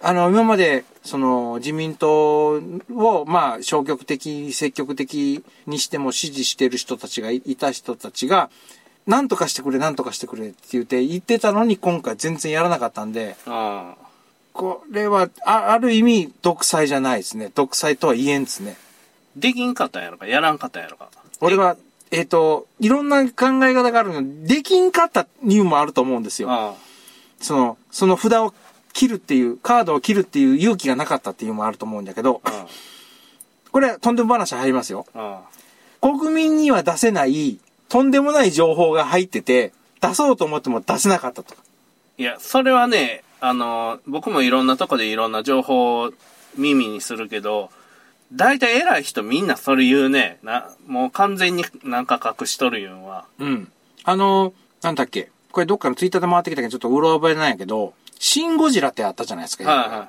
S2: あの、今まで、その、自民党を、まあ、消極的、積極的にしても支持してる人たちがいいた人たちが、なんとかしてくれ、なんとかしてくれって言って、言ってたのに今回全然やらなかったんで、
S1: うん。
S2: これは、あある意味、独裁じゃないですね。独裁とは言えんですね。
S1: できんかったんやろか、やらんかったんやろか。
S2: 俺は、えっ、と、いろんな考え方があるので、できんかった理由もあると思うんです
S1: う
S2: よ。
S1: ん。
S2: その、その札を切るっていう、カードを切るっていう勇気がなかったっていうのもあると思うんだけど、これ、とんでも話入りますよ。
S1: うん。うん。
S2: 国民には出せない、とんでもない情報が入ってて、出そうと思っても出せなかったと。
S1: いや、それはね、あの、僕もいろんなとこでいろんな情報を耳にするけど、大体偉い人みんなそれ言うね。な、もう完全になんか隠しとるいうんは。
S2: うん。あの、なんだっけ。これどっかのツイッターで回ってきたけど、ちょっとうろ覚えなんやけど、シン・ゴジラってあったじゃないですか。
S1: はいは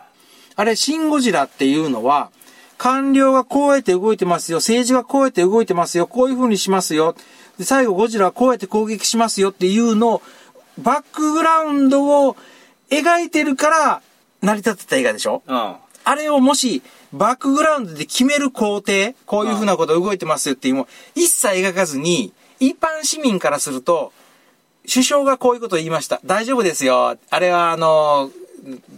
S2: あれ、シン・ゴジラっていうのは、官僚がこうやって動いてますよ、政治がこうやって動いてますよ、こういう風にしますよ、で最後ゴジラはこうやって攻撃しますよっていうのを、バックグラウンドを描いてるから成り立ってた映画でしょ
S1: い。うん。
S2: あれをもし、バックグラウンドで決める工程、こういうふうなこと動いてますよっていうのを一切描かずに、一般市民からすると、首相がこういうことを言いました。大丈夫ですよ。あれはあの、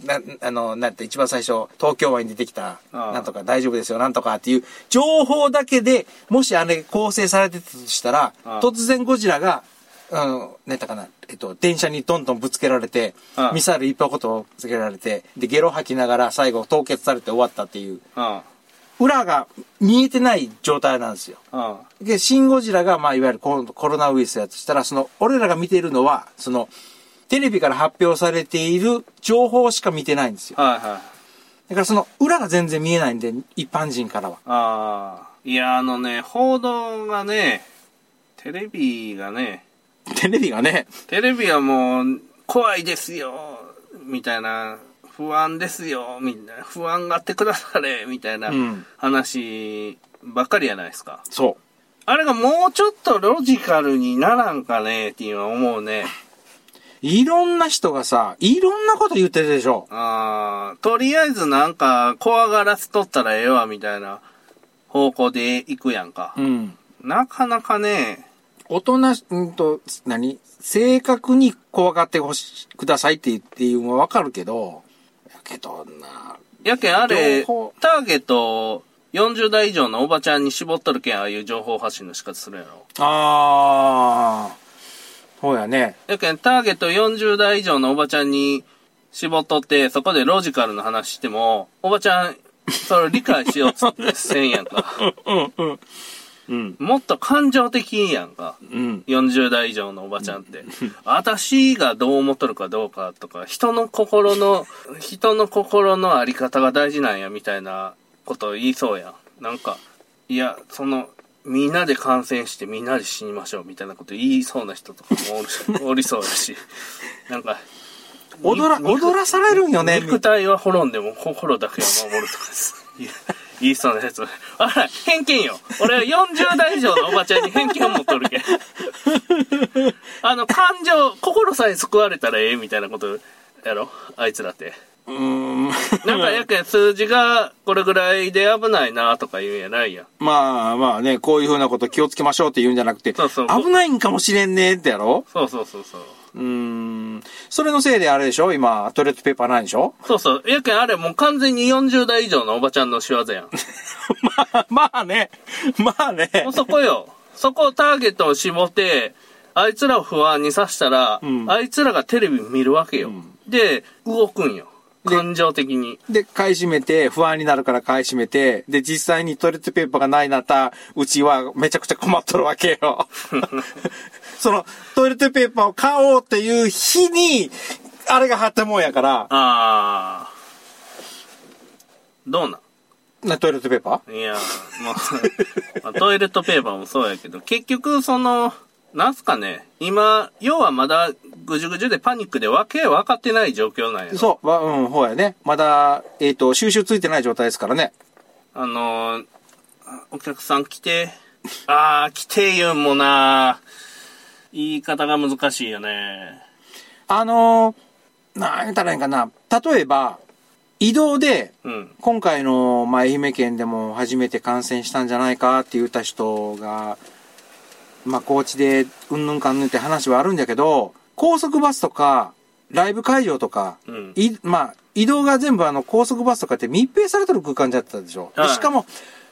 S2: な、あの、なんて一番最初、東京湾に出てきた、
S1: ああ
S2: なんとか大丈夫ですよ、なんとかっていう情報だけで、もしあれ構成されてたとしたら、
S1: ああ
S2: 突然ゴジラが、あの、なんだかな、えっと、電車にどんどんぶつけられて
S1: あ、あ
S2: ミサイルいっぱいことぶつけられて、で、ゲロ吐きながら最後凍結されて終わったっていう、
S1: うん。
S2: 裏が見えてない状態なんですよ。
S1: うん。
S2: で、シン・ゴジラが、まあ、いわゆるコロコロナウイルスやとしたら、その、俺らが見ているのは、その、テレビから発表されている情報しか見てないんですよ。
S1: はいはい。
S2: だからその裏が全然見えないんで、一般人からは。
S1: ああ。いや、あのね、報道がね、テレビがね、
S2: テレビがね、
S1: テレビはもう、怖いですよ、みたいな、不安ですよ、みんな、不安がってくだされ、みたいな
S2: うん
S1: 話ばっかりやないですか。
S2: そ
S1: あれがもうちょっとロジカルにならんかね、っていうのは思うね。
S2: う。いろんな人がさ、いろんなこと言ってるでしょ。
S1: ああ、とりあえずなんか、怖がらせとったらええわ、みたいな方向で行くやんか。
S2: うん。
S1: なかなかね、
S2: 大人し、うんと、何正確に怖がってほし、くださいって言っていうのはわかるけど、やけどな、
S1: やけんあれ、
S2: 情
S1: タ
S2: 報
S1: ーゲットを40代以上のおばちゃんに絞っとるけん、ああいう情報発信の仕方するやろ。
S2: あー、そうやね。
S1: やけん、ターゲット40代以上のおばちゃんに絞っとって、そこでロジカルな話しても、おばちゃん、それを理解しようっつってせんやん
S2: (laughs)
S1: か。
S2: うん、うん。うん、
S1: もっと感情的やんか。
S2: うん。
S1: 40代以上のおばちゃんって。私がどう思っとるかどうかとか、人の心の、人の心のあり方が大事なんやみたいなこと言いそうやん。なんか、いや、その、みんなで感染してみんなで死にましょうみたいなこと言いそうな人とかもおるしおりそうやし、なんか、
S2: (laughs) 踊ら、踊らされるんよね。
S1: 肉体は滅んでも心だけは守るとかです。いや言いそうなやつ。あら、偏見よ。俺は40代以上のおばちゃんに偏見を持っとるけん。あの、感情、心さえ救われたらええみたいなことやろあいつらって。
S2: うーん。
S1: (laughs) なんかやけん数字がこれぐらいで危ないなとか言うんやないやん。
S2: (laughs) まあまあね、こういうふうなこと気をつけましょうって言うんじゃなくて、
S1: そうそう
S2: 危ないんかもしれんねってやろ
S1: そうそうそうそう。
S2: うーん。それのせいであれでしょ今、トイレットペーパーないでしょ (laughs)
S1: そうそう。やけんあれもう完全に40代以上のおばちゃんの仕業やん。
S2: まあ、まあね。まあね。
S1: もうそこよ。そこをターゲットを絞って、あいつらを不安にさしたら、
S2: うん
S1: あいつらがテレビ見るわけよ。で、動くんよ。
S2: で
S1: 感情的に。
S2: で、買い占めて、不安になるから買い占めて、で、実際にトイレットペーパーがないなた、うちはめちゃくちゃ困っとるわけよ。その、トイレットペーパーを買おうっていう日に、あれが貼ったもんやから、
S1: あー。どうなん
S2: なトイレットペーパ
S1: いや、まあ、 (laughs) まあトイレットペーパーもそうやけど、結局、その、なんすかね、今、要はまだ、ぐじゅぐじゅでパニックでわけ分かってない状況なんや
S2: ー
S1: ろ。
S2: そう、わうん、ほうやね。まだ、えっ、と、収集ついてない状態ですからね。
S1: あのー、お客さん来て、あー、来て言うんもな言い方が難しいよね。
S2: あのー、なん言ったらいいんかな。例えば、移動で、
S1: うん。
S2: 今回の、まあ、愛媛県でも初めて感染したんじゃないかって言った人が、まあ、高知でうんぬんかんぬんって話はあるんだけど、高速バスとか、ライブ会場とか、
S1: うん。
S2: いまあ、移動が全部あの高速バスとかって密閉されてる空間だったでしょ。で
S1: はい
S2: しかも、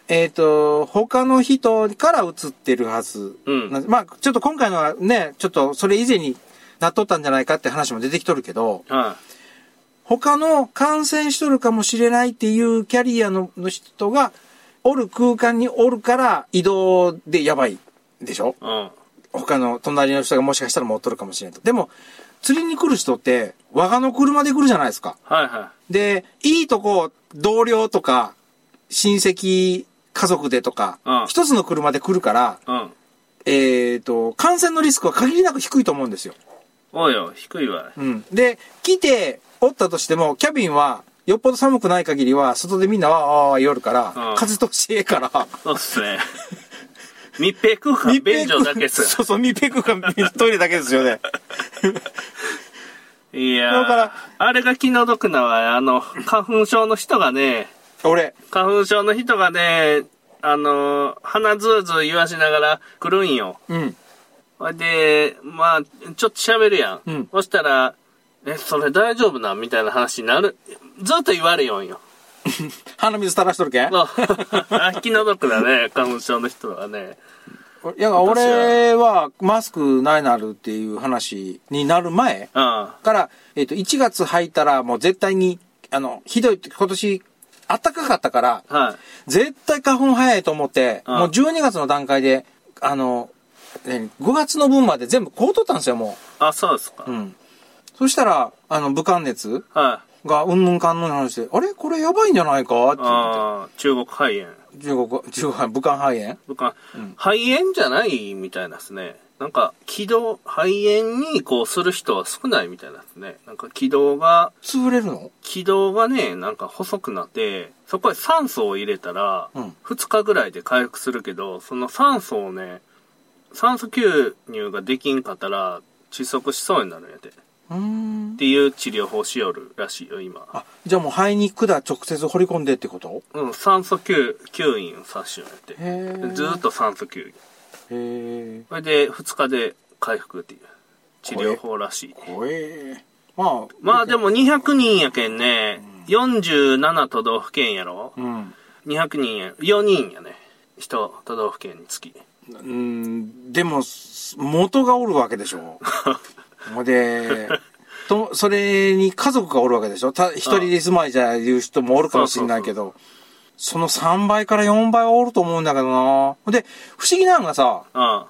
S2: えっ、と、他の人から移ってるはず。
S1: うん
S2: なまあ、ちょっと今回のはね、ちょっとそれ以前になっとったんじゃないかって話も出てきとるけど、
S1: は
S2: 他の感染しとるかもしれないっていうキャリアのの人がおる空間におるから移動でやばいでしょ
S1: い。うん。
S2: 他の隣の人がもしかしたら持っとるかもしれんと。でも、釣りに来る人って、我がの車で来るじゃないですか。
S1: はいは
S2: で、いいとこ、同僚とか、親戚、家族でとか、
S1: うん
S2: 一つの車で来るから、
S1: い。うん。
S2: えっ、と、感染のリスクは限りなく低いと思うんですよ。
S1: おいよ、低いわ。
S2: うん。で、来ておったとしても、キャビンは、よっぽど寒くない限りは、外でみんなわーわー言おるから、
S1: うん
S2: 風通しええから、
S1: そうっすね。密閉空間、便所だけっす。
S2: (laughs) そうそう、密閉空間、 (laughs) トイレだけですよね。
S1: いや
S2: だか
S1: ー、
S2: ら
S1: あれが気の毒なわ。あの、花粉症の人がね、
S2: 俺、
S1: 花粉症の人がね、あのー、鼻ずーずー言わしながら来るんよ。
S2: うん。
S1: ほいで、まあ、ちょっと喋るやん。
S2: うん
S1: そしたら、え、それ大丈夫なんみたいな話になる。ずっと言われよん
S2: (laughs)
S1: よ。
S2: 鼻水垂らしとるけん
S1: そうあ気の毒だね、花粉症の人はね。
S2: いや、俺は、マスクないなるっていう話になる前
S1: うん。
S2: から、えっ、と、1月入ったら、もう絶対に、あの、ひどい、今年、暖かかったから、
S1: はい。
S2: 絶対花粉早いと思って、
S1: うん
S2: もう12月の段階で、あの、何5月の分まで全部買うとったんですよ、も
S1: あ、そうですか。
S2: う。うん。そしたら、あの、武漢熱
S1: はい。
S2: が、うんぬんかんぬんの話で、あれこれやばいんじゃないかって言
S1: ああ、中国肺炎。
S2: って。中国、中国、武漢肺炎
S1: 僕は、肺炎じゃないみたいなんですね。なんか、気道、肺炎にこうする人は少ないみたいなんですね。なんか気道が、
S2: 潰れるの
S1: 気道がね、なんか細くなって、そこへ酸素を入れたら
S2: うん、
S1: 2日ぐらいで回復するけど、その酸素をね、酸素吸入ができんかったら、窒息しそうになるんやて。っ
S2: うーん。
S1: ていう治療法しよるらしいよ、今。
S2: あ、じゃあもう肺に管直接掘り込んでってこと
S1: うん、酸素吸、吸引をさしよう
S2: へ
S1: やって。
S2: ー
S1: ずーっと酸素吸引。
S2: へえ。
S1: それで2日で回復っていう治療法らしい
S2: 怖え。まあ、
S1: まあでも200人やけんね、47都道府県やろ
S2: うん。
S1: 200人や4人やね1都道府県につき
S2: うん、でも、す元がおるわけで
S1: (laughs)
S2: しょ。ほんで、と、それに家族がおるわけでしょ。た、一人で住まいじゃいう人もおるかもしれないけど、その3倍から4倍はおると思うんだけどな。ほんで、不思議なのがさ、
S1: あ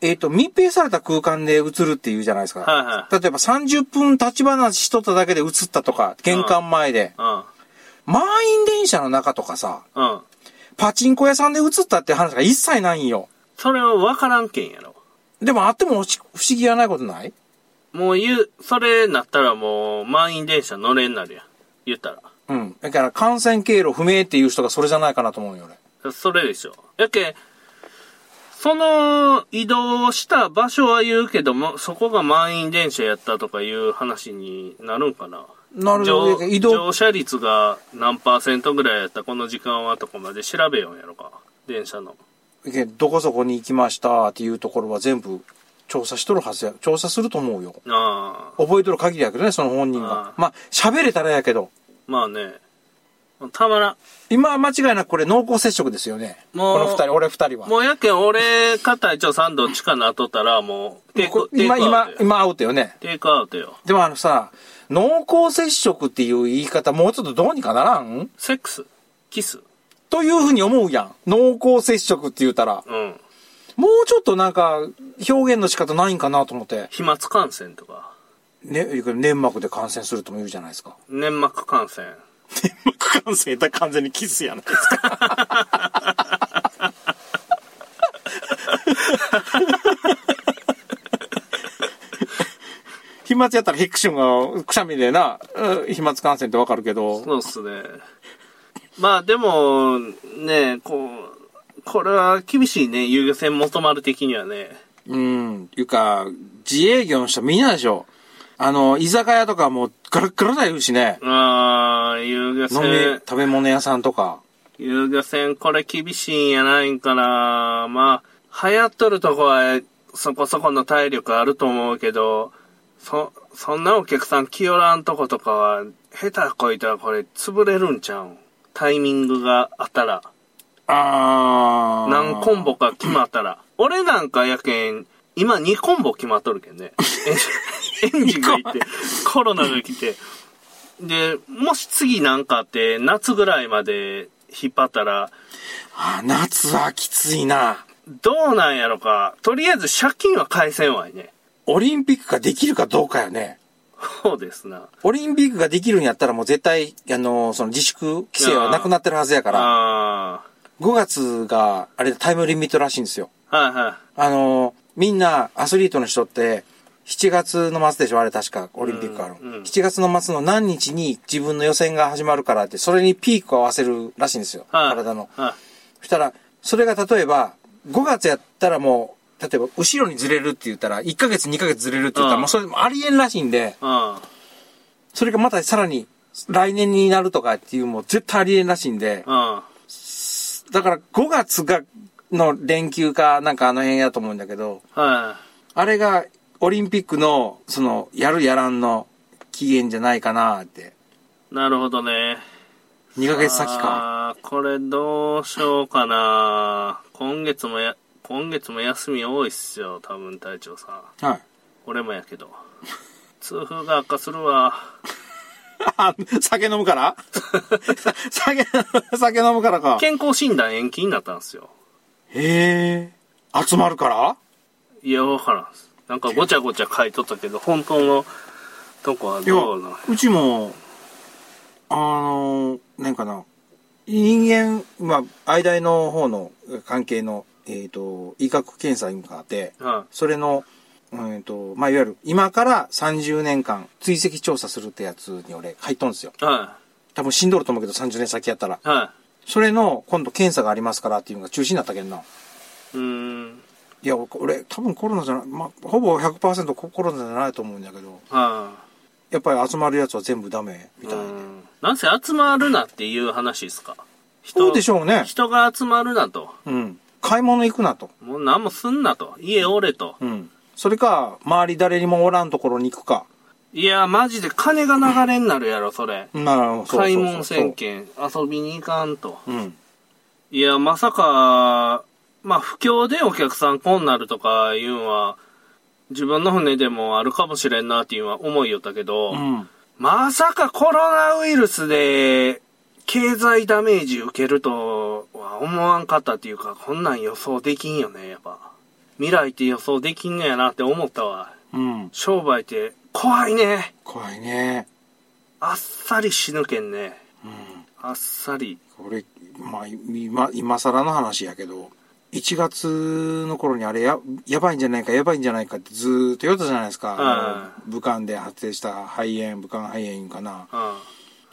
S2: えっ、と、密閉された空間で映るっていうじゃないですか。
S1: はいは
S2: 例えば30分立ち話しとっただけで映ったとか、玄関前で。
S1: あ
S2: 満員電車の中とかさ、
S1: うんうん
S2: パチンコ屋さんで映ったって話が一切ないんよ。
S1: それは分からんけんやろ
S2: でもあってもおし不思議はないことない
S1: もう言うそれなったらもう満員電車乗れんなるやん言った
S2: うん。だから感染経路不明っていう人がそれじゃないかなと思うよ、俺。
S1: らそれでしょやけんその移動した場所は言うけどもそこが満員電車やったとかいう話になるんかな
S2: なるほど。
S1: 乗
S2: 移
S1: 乗
S2: 動、
S1: 車率が何パーセントぐらいやったこの時間はとかまで調べようんやろか電車の
S2: どこそこに行きましたっていうところは全部調査しとるはずや。調査すると思うよ。
S1: ああ
S2: 覚えとる限りやけどね、その本人
S1: あ
S2: が。まあ、喋れたらやけど。
S1: まあねたまらん
S2: 今は間違いなくこれ濃厚接触ですよね。こ
S1: もう
S2: の二人、俺二人
S1: も
S2: は。
S1: うやけん俺か隊長さんどっちかなっとったらもうテイク
S2: こ今、
S1: テイクア
S2: 今
S1: ウ、トよ
S2: 今アウトよね。
S1: テイクアウトよ
S2: でもあのさ、濃厚接触っていう言い方もうちょっとどうにかならん
S1: セックスキス
S2: というふうに思うやん。濃厚接触って言うたら。
S1: うん
S2: もうちょっとなんか、表現の仕方ないんかなと思って。
S1: 飛沫感染とか
S2: ね、粘膜で感染するとも言うじゃないですか。
S1: 粘膜感染
S2: 粘膜感染だ完全にキスやないですか。 (laughs) 飛沫やったらヘクションがくしゃみでな、うん飛沫感染ってわかるけど、
S1: そうっすね。まあでも、ね、こう、これは厳しいね、遊漁船元丸的にはね。
S2: うん、いうか、自営業の人みんなでしょ。あの、居酒屋とかもガラッガラだ言うしね、
S1: ああ、遊漁
S2: 飲み
S1: 船、、
S2: 食べ物屋さんとか。
S1: 遊漁船これ厳しいんやないんかな。まあ、流行っとるとこはそこそこの体力あると思うけど、そ、そんなお客さん気寄らんとことかは、下手こいたらこれ潰れるんちゃうん。タイミングがあったら。
S2: あー。
S1: 何コンボか決まったら。俺なんかやけん、今2コンボ決まっとるけんね。 (laughs) エンジンエンジンがいて、コロナが来て。で、もし次なんかあって、夏ぐらいまで引っ張ったら、
S2: あ、夏はきついな。
S1: どうなんやろか。とりあえず借金は返せんわいね。 (laughs)
S2: オリンピックができるかどうかよね。
S1: そうですな。
S2: オリンピックができるんやったらもう絶対、あの、その自粛規制はなくなってるはずやから、
S1: あ
S2: 5月が、あれタイムリミットらしいんですよ。
S1: あ。はいは
S2: あの、みんなアスリートの人って、7月の末でしょあれ確か、オリンピックある。
S1: うんうん
S2: 7月の末の何日に自分の予選が始まるからって、それにピークを合わせるらしいんですよ。
S1: い。はい。
S2: 体の。
S1: は
S2: そしたら、それが例えば、5月やったらもう、例えば、後ろにずれるって言ったら、1ヶ月、2ヶ月ずれるって言ったら、
S1: うん
S2: もうそれもありえんらしいんで、
S1: い。
S2: それがまたさらに、来年になるとかっていう、もう絶対ありえんらしいんで
S1: う、ん。うん。
S2: だから5月が、の連休か、なんかあの辺やと思うんだけど、
S1: は
S2: あれが、オリンピックの、その、やるやらんの期限じゃないかなって。
S1: い。なるほどね。
S2: 2ヶ月先か。
S1: あーこれどうしようかな今月もや今月も休み多いっすよ多分隊長さん
S2: はい。
S1: 俺もやけど (laughs) 痛風が悪化するわ
S2: あ (laughs) 酒飲むから酒、酒飲むからか。
S1: 健康診断延期になったんすよ
S2: へえ。集まるから
S1: いやわからんっすなんかごちゃごちゃ書いとったけど本当のとこはい
S2: や
S1: どうなの、
S2: うちも、あの、なんかな、人間、まあ、愛大の方の関係の、えっ、と、医学検査があって、
S1: うん、
S2: それの、うんと、まあ、いわゆる、今から30年間追跡調査するってやつに俺入っとんですよ。
S1: は
S2: 多分死んどると思うけど30年先やったら。
S1: い、は
S2: それの、今度検査がありますからっていうのが中止になったけんな。
S1: い。うーん、
S2: いや、俺、多分コロナじゃない、まあ、ほぼ100%コロナじゃないと思うんだけど、
S1: は
S2: やっぱり集まるやつは全部ダメ、み
S1: い。
S2: たいな。
S1: うんなんせ集まるなっていう話ですか。人
S2: そうでしょうね。
S1: 人が集まるなと。
S2: うん。買い物行くなと。
S1: もう何もすんなと。家おれと。
S2: うん。それか、周り誰にもおらんところに行くか。
S1: いや、マジで金が流れになるやろ、それ。
S2: まあ、そうそうそうそう
S1: 買い物せんけん。遊びに行かんと。
S2: うん。
S1: いや、まさか、まあ、不況でお客さんこんなるとかいうんは、自分の船でもあるかもしれんなっていうのは思いよったけど、
S2: うん。
S1: まさかコロナウイルスで、経済ダメージ受けるとは思わんかったっていうか、こんなん予想できんよね、やっぱ。未来って予想できんのやなって思ったわ。
S2: うん。
S1: 商売って怖いね。
S2: 怖いね。
S1: あっさり死ぬけんね。
S2: うん。
S1: あっさり。
S2: これ、まあ、今、今更の話やけど、1月の頃にあれや、やばいんじゃないか、やばいんじゃないかってずーっと言ったじゃないですか。あの武漢で発生した肺炎、武漢肺炎かな。
S1: うん。うん。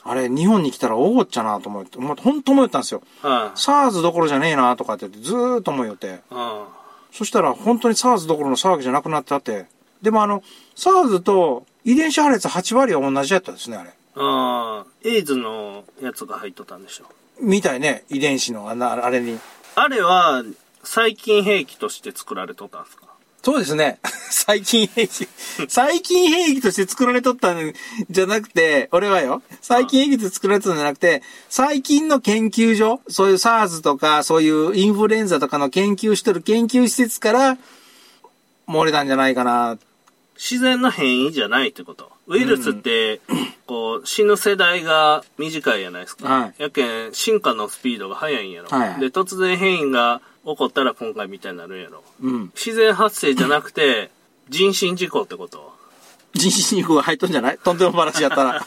S2: あれ、日本に来たら大ごっちゃなと思って、もう本当思ったんですよ。SARS どころじゃねえなとかって言ってずーっと思いよって。
S1: うん。
S2: そしたら本当に SARS どころの騒ぎじゃなくなってあって。でもあの、SARS と遺伝子破裂8割は同じやったですね、あれ。
S1: うん。エイズのやつが入っとったんでしょ。
S2: みたいね、遺伝子のあのあれに。
S1: あれは、細菌兵器として作られとったんですか
S2: そうですね。 (laughs) 細菌兵器。細菌兵器として作られとったんじゃなくて、俺はよ。細菌兵器として作られとったんじゃなくて、最近の研究所、そういう SARS とか、そういうインフルエンザとかの研究してる研究施設から漏れたんじゃないかな。
S1: 自然の変異じゃないってこと。ウイルスって、こう、死ぬ世代が短いやないですか。
S2: はい
S1: やけん、進化のスピードが速いんやろ。
S2: はい
S1: で、突然変異が起こったら今回みたいになるんやろ。
S2: うん。
S1: 自然発生じゃなくて、人身事故ってこと。
S2: 人身肉が入っとんじゃないとんでも話やったら。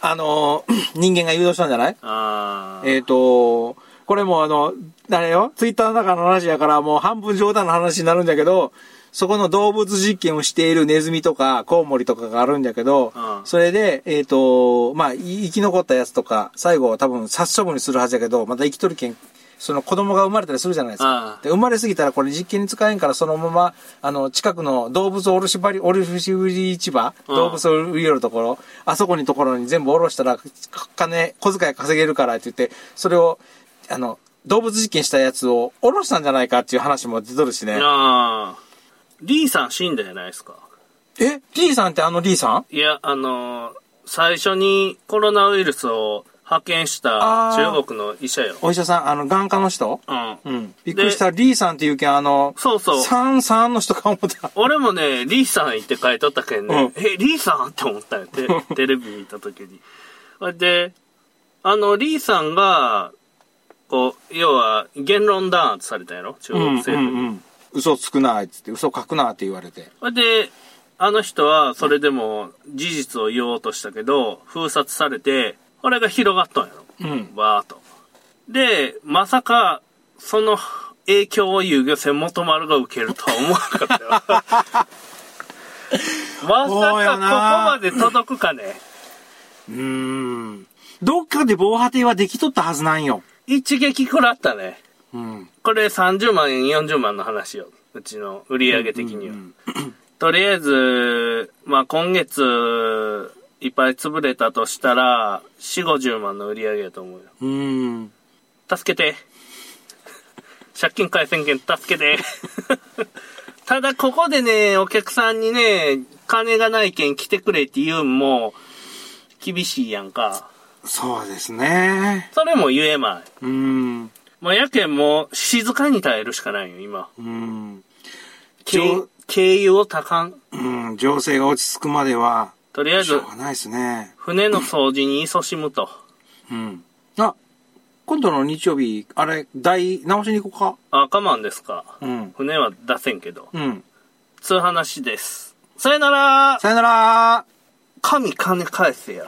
S2: あのー、人間が誘導したんじゃない
S1: あー。
S2: えっ、と、これもあの、あれよ、ツイッターの中の話やからもう半分冗談の話になるんだけど、そこの動物実験をしているネズミとかコウモリとかがあるんだけど、
S1: うん
S2: それで、えっ、と、まあ、い生き残ったやつとか、最後は多分殺処分にするはずやけど、また生きとるけん、その子供が生まれたりするじゃないです
S1: あ
S2: か
S1: あ。
S2: で生まれすぎたらこれ実験に使えんからそのまま、あの、近くの動物卸売、卸売市場、
S1: うん
S2: 動物を売り寄るところ、あそこにところに全部卸したら、か金、小遣い稼げるからって言って、それを、あの、動物実験したやつを卸したんじゃないかっていう話も出とるしね。
S1: あー。リーさん死んだやないですか。
S2: え ?T さんってあの D さん
S1: いや、あのー最初にコロナウイルスを派遣した
S2: あー
S1: 中国の医者よ。
S2: お医者さん、あの、眼科の人
S1: うん。
S2: うん。びっくりした。D さんっていうけん、あの、
S1: そうそう。
S2: 三三の人か思った。
S1: 俺もね、リーさん行って書いとったけんね、
S2: う
S1: え、リーさんって思ったんや
S2: (laughs)
S1: て、テレビ見た時に。で、あの、リーさんが、こう、要は、言論弾圧されたやろ中
S2: う
S1: 国
S2: ん、う
S1: 政府に。
S2: ん、うん。嘘つくな、っつって、嘘書くなって言われて。
S1: ほいで、あの人は、それでも、事実を言おうとしたけど、封殺されて、これが広がったんやろ
S2: うん。
S1: わーっと。で、まさか、その影響を遊漁船元丸が受けるとは思わなかった
S2: (laughs)
S1: よ。ま
S2: そうやな
S1: さかここまで届くかね。
S2: うーん。どっかで防波堤はできとったはずなんよ。
S1: 一撃食らったね。
S2: うん。
S1: これ30万円、40万の話よ。うちの売り上げ的には。とりあえず、まあ今月、いっぱい潰れたとしたら、4、50万の売り上げやと思うよ。
S2: うーん。
S1: 助けて。 (laughs) 借金返せんけん、助けて。 (laughs) ただ、ここでね、お客さんにね、金がないけん来てくれって言うんも、厳しいやんか。
S2: そうですね。
S1: それも言えまい。
S2: うーん。
S1: もうやけんもう、静かに耐えるしかないよ、今。
S2: うーん。
S1: 経
S2: 上
S1: 経由をたかん。
S2: うん。情勢が落ち着くまでは、
S1: とりあえ
S2: しょ
S1: ず
S2: う、がないですね。
S1: 船の掃除に勤しむと。
S2: うん。あ、今度の日曜日、あれ、台直しに行こ
S1: あ、我慢ですか
S2: う。か。うん。
S1: 船は出せんけど。
S2: うん。
S1: つう話です。さよなら
S2: さよなら
S1: 神金返せや。